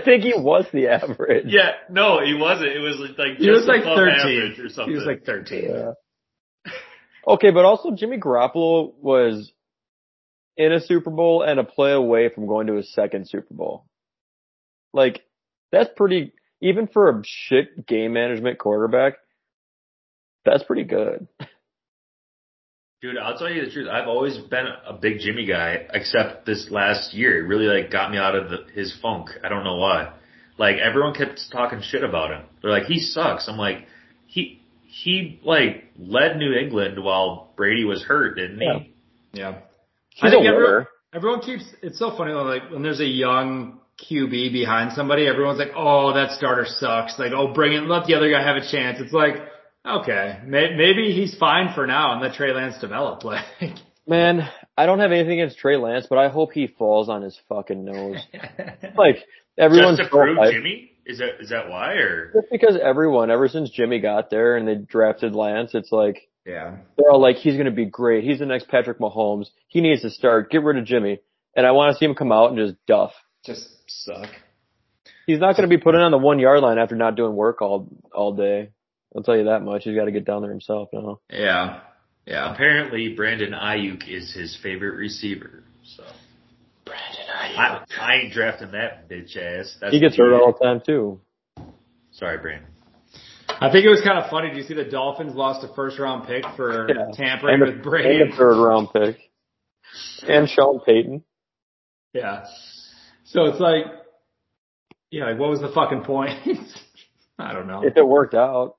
S3: think he was the average.
S4: Yeah, no, he wasn't. It was like
S2: he was
S4: just
S2: like
S4: above
S2: thirteen.
S4: average or something.
S2: He was like thirteen.
S3: Yeah. Okay, but also Jimmy Garoppolo was in a Super Bowl and a play away from going to his second Super Bowl. Like, that's pretty, even for a shit game management quarterback, that's pretty good.
S4: Dude, I'll tell you the truth. I've always been a big Jimmy guy, except this last year. It really like got me out of the, his funk. I don't know why. Like everyone kept talking shit about him. They're like, he sucks. I'm like, he he like led New England while Brady was hurt, didn't he?
S3: Yeah.
S2: Yeah.
S3: He's
S2: I think
S3: a
S2: everyone,
S3: winner.
S2: everyone keeps, it's so funny though, like when there's a young QB behind somebody, everyone's like, oh, that starter sucks. Like, oh, bring it, let the other guy have a chance. It's like, okay, may, maybe he's fine for now and let Trey Lance develop. <laughs> Like,
S3: Man, I don't have anything against Trey Lance, but I hope he falls on his fucking nose. <laughs> like, everyone's
S4: Just to
S3: so
S4: prove
S3: hyped.
S4: Jimmy? Is that is that why or
S3: Just because everyone, ever since Jimmy got there and they drafted Lance, it's like,
S2: <laughs> yeah.
S3: they're all like, he's going to be great. He's the next Patrick Mahomes. He needs to start. Get rid of Jimmy. And I want to see him come out and just duff.
S2: Just suck.
S3: He's not going to be put in on the one yard line after not doing work all all day. I'll tell you that much. He's got to get down there himself now.
S2: Yeah. Yeah.
S4: apparently Brandon Ayuk is his favorite receiver. So
S2: Brandon
S4: I, I ain't drafting that bitch ass. That's
S3: He gets hurt all the time too.
S4: Sorry, Brandon.
S2: I think it was kind of funny. Do you see the Dolphins lost a first round pick for
S3: Yeah.
S2: tampering
S3: And a,
S2: with Brady?
S3: and a third round pick. And Sean Payton.
S2: Yeah. So it's like, yeah, like what was the fucking point? <laughs> I don't know.
S3: If it worked out.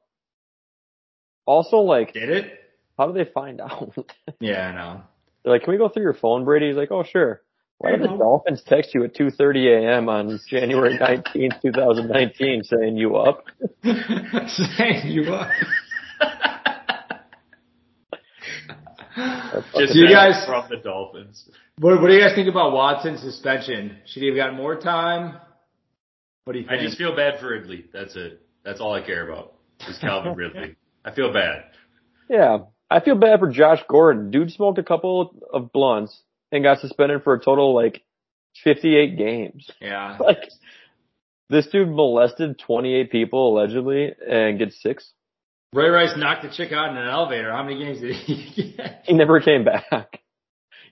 S3: Also, like,
S2: Did it?
S3: how do they find <laughs> out?
S2: Yeah, I know. <laughs>
S3: They're like, can we go through your phone, Brady? He's like, oh, sure. Why did the
S2: Mhm.
S3: Dolphins text you at 2.30 a.m. on January 19th, 2019 saying you up?
S2: Saying you are. <laughs>
S4: Just
S2: You
S4: that
S2: guys-
S4: from the Dolphins.
S2: What, what do you guys think about Watson's suspension? Should he have gotten more time? What do you
S4: I
S2: think?
S4: just feel bad for Ridley. That's it. That's all I care about. Is Calvin Ridley. I feel bad.
S3: Yeah. I feel bad for Josh Gordon. Dude smoked a couple of blunts and got suspended for a total, like, 58 games. <laughs>
S2: yeah.
S3: Like, this dude molested 28 people, allegedly, and gets six.
S2: Ray Rice knocked a chick out in an elevator. How many games did he <laughs> get?
S3: He never came back.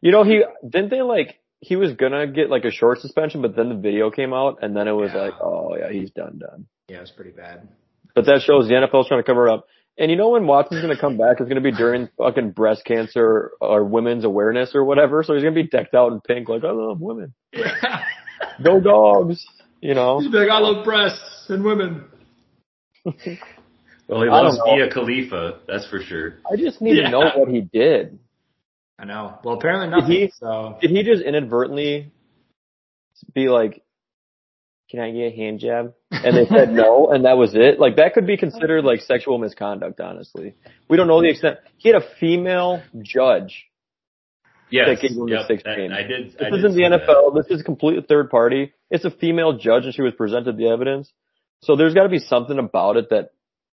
S3: You know, he, didn't they, like, he was gonna get, like, a short suspension, but then the video came out, and then it was
S2: Yeah.
S3: like, oh, yeah, he's done, done.
S2: Yeah, it was pretty
S4: <laughs>
S2: bad.
S3: But that shows the NFL's trying to cover it up. And you know when Watson's going to come back, it's going to be during fucking breast cancer or women's awareness or whatever. So he's going to be decked out in pink, like I love women,
S2: Yeah.
S3: go dogs. You know,
S2: He's like, I love breasts and women.
S4: Well, he
S3: I
S4: loves
S3: don't know.
S4: Mia Khalifa. That's for sure.
S3: I just need
S2: Yeah.
S3: to know what he did.
S2: I know. Well, apparently
S3: Did
S2: nothing.
S3: he-
S2: So
S3: Did he just inadvertently be like can I get a hand job? And they said no, and that was it. Like that could be considered like sexual misconduct. Honestly, we don't know the extent. He had a female judge.
S4: Yes.
S3: That gave him the
S4: Yep,
S3: six
S4: that-
S3: games.
S4: I did.
S3: This
S4: I did
S3: isn't the
S4: see that.
S3: NFL. This is complete third party. It's a female judge, and she was presented the evidence. So there's got to be something about it that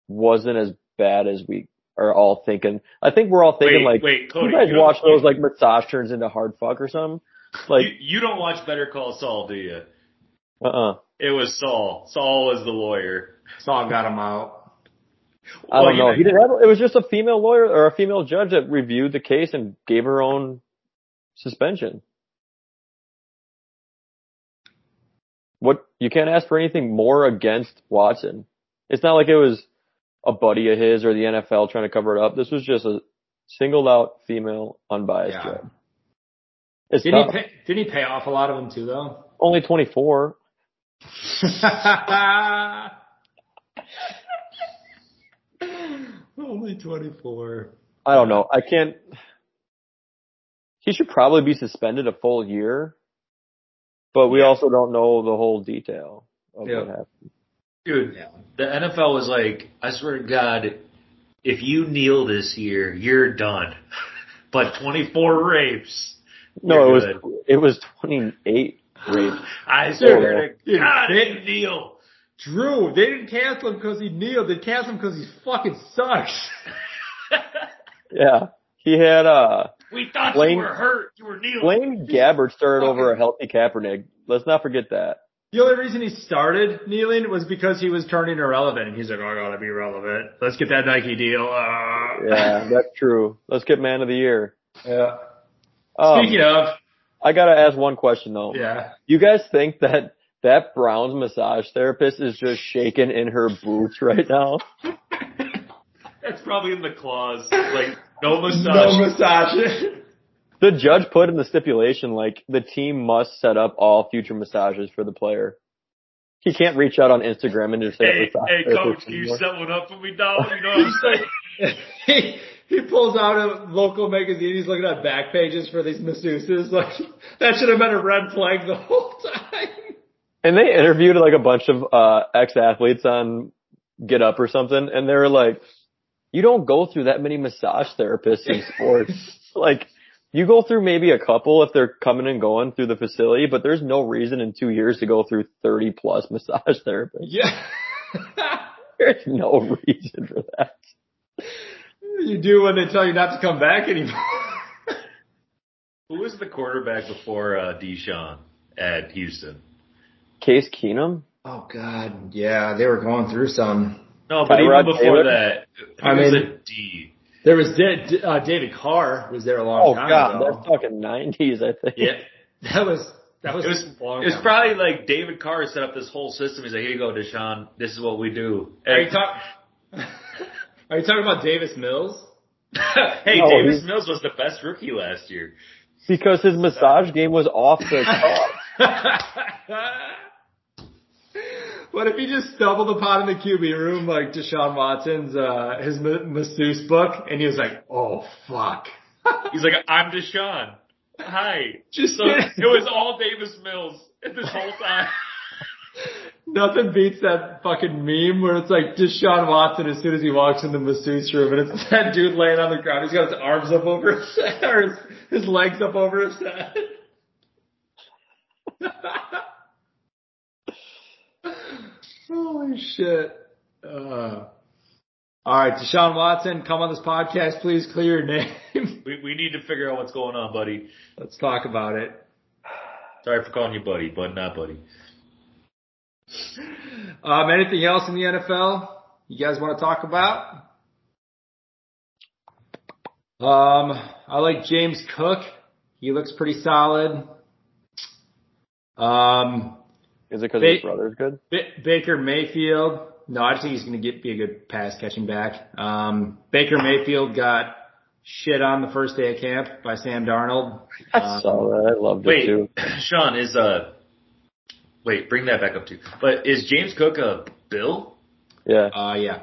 S3: wasn't as bad as we are all thinking. I think we're all thinking
S6: wait,
S3: like,
S6: wait, Cody,
S3: you guys
S6: don't-
S3: watch those like massage turns into hard fuck or something. Like,
S4: you, you don't watch Better Call Saul, do you?
S3: uh, uh
S4: It was Saul. Saul was the lawyer.
S2: Saul got him out.
S3: I
S4: Well,
S3: don't
S4: you
S3: know.
S4: know-
S3: He didn't have. It was just a female lawyer or a female judge that reviewed the case and gave her own suspension. What you can't ask for anything more against Watson. It's not like it was a buddy of his or the NFL trying to cover it up. This was just a singled out female unbiased
S2: Yeah.
S3: judge. It's
S2: Didn't he
S3: tough.
S2: pay, didn't he pay off a lot of them too though?
S3: only 24.
S2: <laughs> Only 24.
S3: I don't know. I can't. He should probably be suspended a full year, but we also don't know the whole detail of
S2: Yeah.
S3: what happened.
S4: Dude, the NFL was like, I swear to God, if you kneel this year, you're done. <laughs> but 24 rapes.
S3: No, it was it
S4: You're
S3: was 28 rapes.
S4: I
S3: Oh.
S4: swear to
S2: Dude,
S4: God,
S2: they-
S4: if you kneel.
S2: Drew, they didn't cancel him because he kneeled. They canceled him because he fucking sucks. <laughs>
S3: Yeah, he had uh
S4: We thought
S3: Blaine-
S4: you were hurt. You were kneeling.
S3: Blaine Gabbert started over a healthy Kaepernick. Let's not forget that.
S2: The only reason he started kneeling was because he was turning irrelevant. And he's like, I gotta be relevant. Let's get that Nike deal. Uh,
S3: Yeah, <laughs> that's true. Let's get man of the year.
S2: yeah.
S3: Um,
S2: Speaking of,
S3: I gotta ask one question though.
S2: yeah.
S3: You guys think that that Browns massage therapist is just shaking in her boots right now?
S4: That's probably in the <laughs> clause. Like, no massage.
S2: massage. <laughs>
S3: The judge put in the stipulation like the team must set up all future massages for the player. He can't reach out on Instagram and just say
S4: hey,
S3: massage
S4: hey,
S3: therapist
S4: coach, can you
S3: anymore.
S4: set one up for me, dog? You know what I'm saying?
S2: he, he pulls out a local magazine. He's looking at back pages for these masseuses. Like that should have been a red flag the whole time.
S3: And they interviewed like a bunch of uh ex athletes on Get Up or something, and they were like, "You don't go through that many massage therapists in sports.
S4: <laughs>
S3: like, you go through maybe a couple if they're coming and going through the facility, but there's no reason in two years to go through 30 plus massage therapists. <laughs>
S2: Yeah.
S3: There's no reason for that."
S2: <laughs> you do when they tell you not to come back anymore.
S4: <laughs> Who was the quarterback before uh, Deshaun at Houston?
S3: Case Keenum.
S2: oh God. Yeah, they were going through some.
S4: No, but
S3: Tyrod
S4: even before
S3: Taylor?
S4: that,
S2: I
S4: I was
S2: mean-
S4: a D.
S2: There was Da- uh, David Carr was there a long
S3: Oh
S2: time
S3: God,
S2: ago.
S3: that's fucking 90s, I think.
S4: Yeah.
S2: That was that was
S4: It was,
S2: a long
S4: it was
S2: time
S4: probably like David Carr set up this whole system. He's like, here you go, Deshaun. This is what we do.
S2: Are you
S4: And-
S2: talking? <laughs> Are you talking about Davis Mills?
S4: <laughs> hey,
S3: No,
S4: Davis
S3: he's-
S4: Mills was the best rookie last year.
S3: Because his massage game was off <laughs> the chart.
S2: <laughs> what if he just stumbled upon in the QB room like Deshaun Watson's uh his ma- masseuse book, and he was like, "Oh fuck." <laughs>
S4: He's like, I'm Deshaun. Hi.
S2: Just
S4: <laughs> So it was all Davis Mills <laughs> this whole time.
S2: nothing beats that fucking meme where it's like Deshaun Watson as soon as he walks in the masseuse room and it's <laughs> that dude laying on the ground. He's got his arms up over his head or his, his legs up over his head. <laughs> Holy shit. Uh, all right, Deshaun Watson, come on this podcast, please clear your name. <laughs>
S4: We, we need to figure out what's going on, buddy.
S2: Let's talk about it.
S4: Sorry for calling you buddy, but not buddy.
S2: Um, anything else in the NFL you guys want to talk about? Um, I like James Cook. He looks pretty solid. Um,
S3: Is it because
S2: They-
S3: his brother's good?
S2: Ba- Baker Mayfield. No, I just think he's going to get be a good pass catching back. Um, Baker Mayfield got shit on the first day of camp by Sam Darnold.
S3: I saw that. Um, I loved it
S4: Wait, <laughs>
S3: too.
S4: Sean is uh, wait, bring that back up too. But is James Cook a Bill?
S3: Yeah.
S2: Uh, yeah,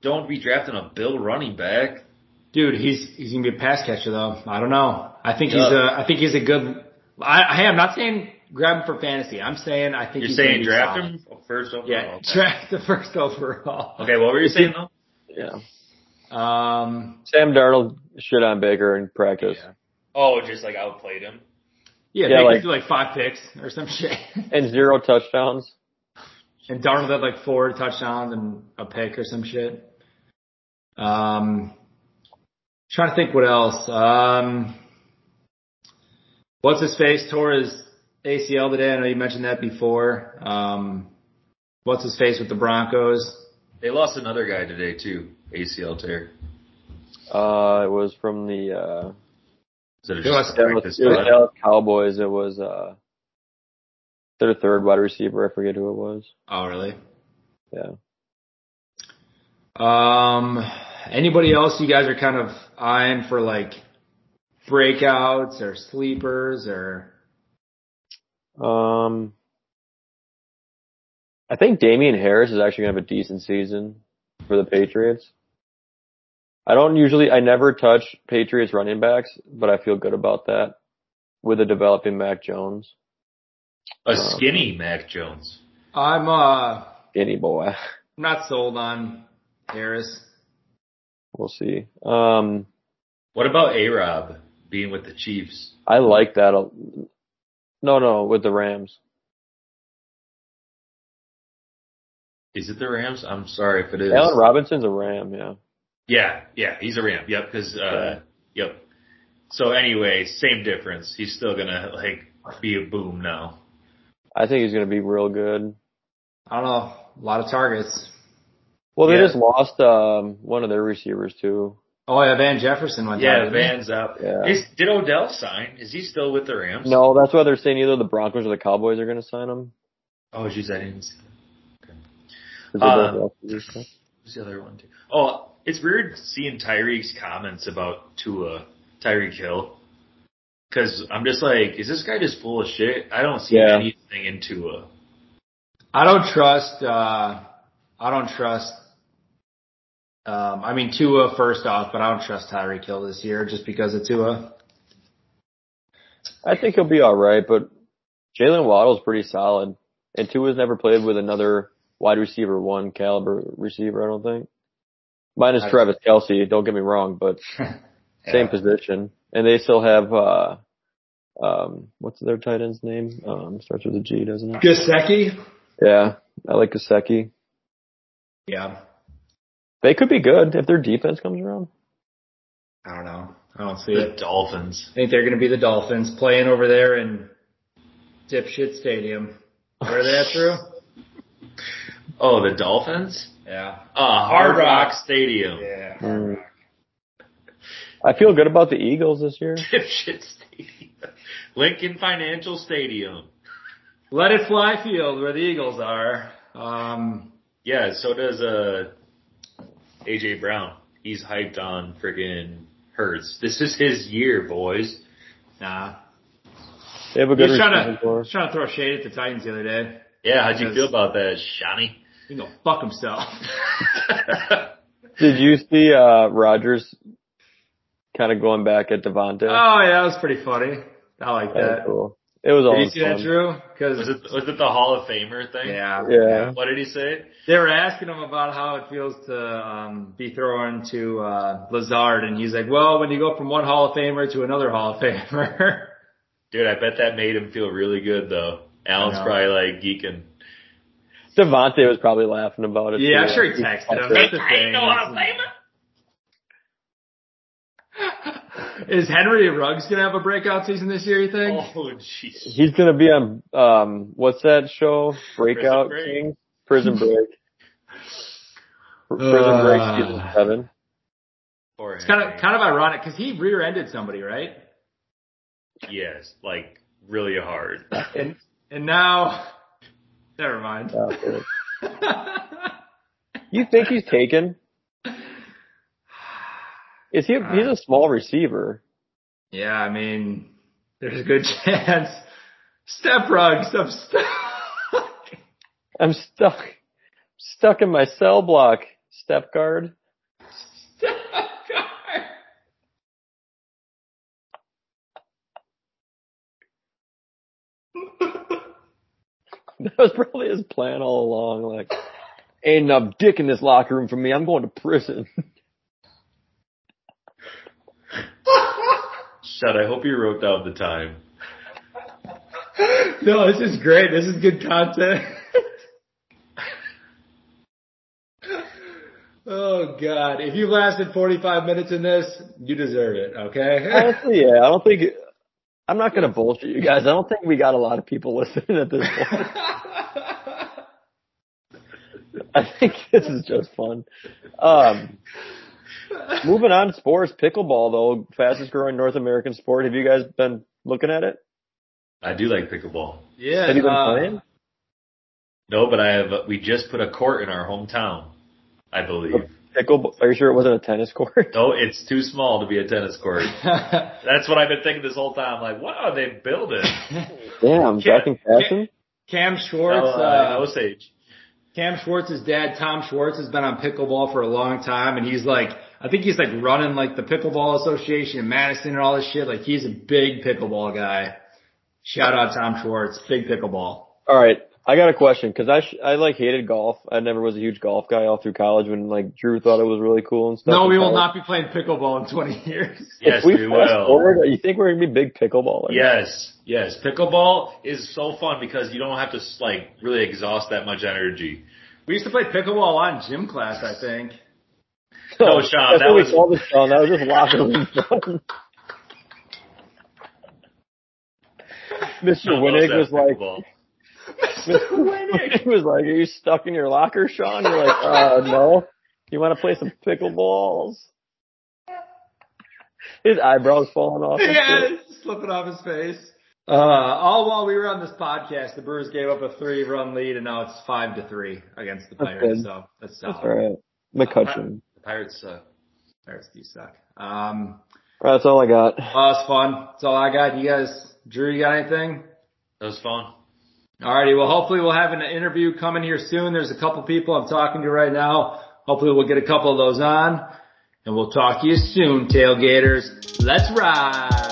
S4: Don't be drafting a Bill running back.
S2: Dude, he's he's gonna be a pass catcher though. I don't know. I think he's
S4: Yeah.
S2: a I think he's a good. I, I am not saying grab him for fantasy. I'm saying I think
S4: You're
S2: he's
S4: saying
S2: gonna be
S4: draft
S2: solid.
S4: him first overall.
S2: Yeah,
S4: Okay.
S2: draft the first overall.
S4: <laughs> Okay, what were you saying though?
S3: Yeah.
S2: Um,
S3: Sam Darnold shit on Baker in practice.
S2: yeah,
S4: Oh, just like outplayed him.
S2: yeah,
S3: Yeah,
S2: Baker
S3: like-
S2: threw like five picks or some <laughs> shit,
S3: And zero touchdowns.
S2: and Darnold had like four touchdowns and a pick or some shit. Um, trying to think what else. Um, what's his face tore his ACL today. I know you mentioned that before. Um, what's his face with the Broncos?
S4: They lost another guy today too. ACL tear.
S3: Uh, it was from the, uh,
S4: So they're
S2: They lost-
S4: just
S3: it was,
S4: practice
S3: it was
S4: squad.
S3: Dallas Cowboys. It was, uh, their third wide receiver. I forget who it was.
S2: Oh, really?
S3: Yeah.
S2: Um, anybody else you guys are kind of eyeing for like breakouts or sleepers or
S3: Um, I think Damian Harris is actually gonna have a decent season for the Patriots. I don't usually, I never touch Patriots running backs, but I feel good about that with a developing Mac Jones.
S4: A skinny Mac Jones.
S2: I'm uh
S3: Any boy. <laughs>
S2: not sold on Harris.
S3: We'll see. Um,
S4: What about A Rob being with the Chiefs?
S3: I like that. a- No, no, with the Rams.
S4: Is it the Rams? I'm sorry if it is.
S3: Allen Robinson's a Ram, yeah.
S4: Yeah, yeah, he's a Ram. Yep, because uh, yep. So anyway, same difference. He's still gonna like be a boom now.
S3: I think he's going to be real good.
S2: I don't know, a lot of targets.
S3: Well, they
S4: Yeah.
S3: just lost um, one of their receivers too.
S2: Oh yeah, Van Jefferson went down,
S4: Yeah,
S2: didn't he?
S4: Van's out.
S3: Yeah.
S4: Is, did Odell sign? Is he still with the Rams?
S3: No, that's why they're saying either the Broncos or the Cowboys are going to sign him.
S4: Oh, jeez, I didn't. See that.
S3: 'cause they're
S4: Uh,
S3: both left.
S4: Who's the other one? Too? Oh, it's weird seeing Tyreek's comments about Tua, Tyreek Hill, because I'm just like, is this guy just full of shit? I don't see
S3: Yeah.
S4: anything in Tua.
S2: I don't trust. uh I don't trust. Um, I mean Tua first off, but I don't trust Tyreek Hill this year just because of Tua.
S3: I think he'll be all right, but Jalen Waddle's pretty solid, and Tua's never played with another wide receiver one caliber receiver. I don't think. Minus
S2: I-
S3: Travis Kelsey, don't get me wrong, but same position, and they still have uh, um, what's their tight end's name? Um, starts with a G, doesn't it?
S2: Gasecki.
S3: Yeah, I like Kaseki.
S2: Yeah,
S3: They could be good if their defense comes around.
S2: I don't know. I don't see
S4: The
S2: it.
S4: Dolphins.
S2: I think they're going to be the Dolphins playing over there in Dipshit Stadium. Where that through?
S4: Oh, the Dolphins.
S2: <laughs> Yeah.
S4: Uh, Hard
S2: Rock.
S4: Rock Stadium. <laughs>
S2: Yeah.
S3: Mm. I feel good about the Eagles this year.
S4: Dipshit Stadium. Lincoln Financial Stadium.
S2: Let it fly field where the Eagles are. Um,
S4: Yeah, so does uh AJ Brown. He's hyped on freaking Hurts. This is his year, boys.
S2: nah.
S3: They have a
S2: He
S3: good
S2: was, trying
S3: receiving
S2: to, he
S3: core.
S2: was trying to throw shade at the Titans the other day.
S4: Yeah, how'd you
S2: Yes.
S4: feel about that, Shani?
S2: He can go fuck himself. <laughs>
S3: Did you see uh Rogers kind of going back at Devontae?
S2: Oh, yeah, that was pretty funny. I like
S3: That was
S2: that.
S3: cool. It was all
S2: Did you see
S3: fun.
S2: that, Drew?
S4: <laughs> was
S2: Because,
S4: it was it the Hall of Famer thing?
S2: yeah.
S3: Yeah.
S4: What did he say?
S2: They were asking him about how it feels to um, be thrown to uh, Lazard, and he's like, "Well, when you go from one Hall of Famer to another Hall of Famer, <laughs>
S4: Dude, I bet that made him feel really good though. Alan's
S2: I know.
S4: probably like geeking.
S3: Devontae was probably laughing about it.
S2: yeah,
S3: too.
S2: I'm sure he texted him. That's the thing. <laughs> Is Henry Ruggs gonna have a breakout season this year? You think?
S4: Oh jeez.
S3: He's gonna be on um what's that show? Breakout
S4: Break.
S3: King? Prison Break. Pr- Prison
S2: Uh.
S3: Break season seven.
S4: Poor
S2: It's kind
S4: Henry.
S2: of kind of ironic because he rear-ended somebody, right?
S4: yes, like really hard.
S2: And and now, <laughs> never mind.
S3: Yeah, dude. Oh, you think he's taken? Is he? he's
S2: Uh.
S3: a small receiver.
S2: <laughs> yeah, I mean, there's a good <laughs> chance. Step <laughs> Ruggs, I'm stuck.
S3: I'm stuck, stuck in my cell block. Step guard. <laughs>
S2: Step guard.
S3: That was probably his plan all along. Like, ain't enough dick in this locker room for me. I'm going to prison. <laughs>
S4: Shut. I hope you wrote down the time.
S2: No, this is great. This is good content. <laughs> oh God. If you lasted 45 minutes in this, you deserve it. <laughs> Okay.
S3: Honestly, yeah, I don't think. I'm not gonna bullshit you guys. I don't think we got a lot of people <laughs> listening at this point. I think this is just fun. Um, moving on, sports pickleball though, fastest growing North American sport. Have you guys been looking at it?
S4: I do like pickleball.
S2: yeah.
S3: Have you been
S2: uh,
S3: playing?
S4: No, but I have. We just put a court in our hometown. I believe.
S3: Pickleball? Are you sure it wasn't a tennis court?
S4: No, it's too small to be a tennis court. That's what I've been thinking this whole time. Like, what are they building?
S2: Yeah.
S3: Damn, Jack and Fashion.
S2: <laughs> Cam
S4: No,
S2: Schwartz.
S3: Oh,
S4: uh,
S2: uh,
S4: Osage.
S2: Cam Schwartz's dad, Tom Schwartz, has been on pickleball for a long time, and he's like, I think he's like running like the pickleball association in Madison and all this shit. Like he's a big pickleball guy. Shout out Tom Schwartz, big pickleball.
S3: All right, I got a question because I sh- I like hated golf. I never was a huge golf guy all through college. When like Drew thought it was really cool and stuff.
S2: No,
S3: in
S2: we will
S3: college.
S2: not be playing pickleball in 20 <laughs> years.
S4: Yes,
S3: if we,
S4: we
S3: fast
S4: will.
S3: Forward, you think we're gonna be big pickleballers? <laughs>
S4: Yes, yes. Pickleball is so fun because you don't have to like really exhaust that much energy.
S2: We used to play pickleball a lot in gym class, I think.
S4: No, Sean,
S3: That's
S4: that
S3: what
S4: was-
S3: we called it, Sean. That was just locker room
S4: <laughs>
S3: fun. Mr. Winnick was like,
S4: Pickleball.
S3: Winnick was like, "Are you stuck in your locker, Sean?" You're like, "Uh, no. You want to play some pickleballs?" His eyebrows falling off. and
S2: <laughs>
S3: shit.
S2: Yeah, slipping off his face. Uh, all while we were on this podcast, the Brewers gave up a three-run lead, and now it's five to three against the
S3: That's
S2: Pirates.
S3: good.
S2: So that's
S3: That's
S2: solid.
S3: all right. McCutcheon.
S4: The Pirates suck.
S2: uh, Pirates do suck. Um,
S3: All right, that's all I got.
S2: well, it's fun. That's all I got. You guys, Drew, you got anything?
S4: That was fun.
S2: Alrighty. Well, hopefully we'll have an interview coming here soon. There's a couple people I'm talking to right now. Hopefully we'll get a couple of those on and we'll talk to you soon, tailgaters. Let's ride.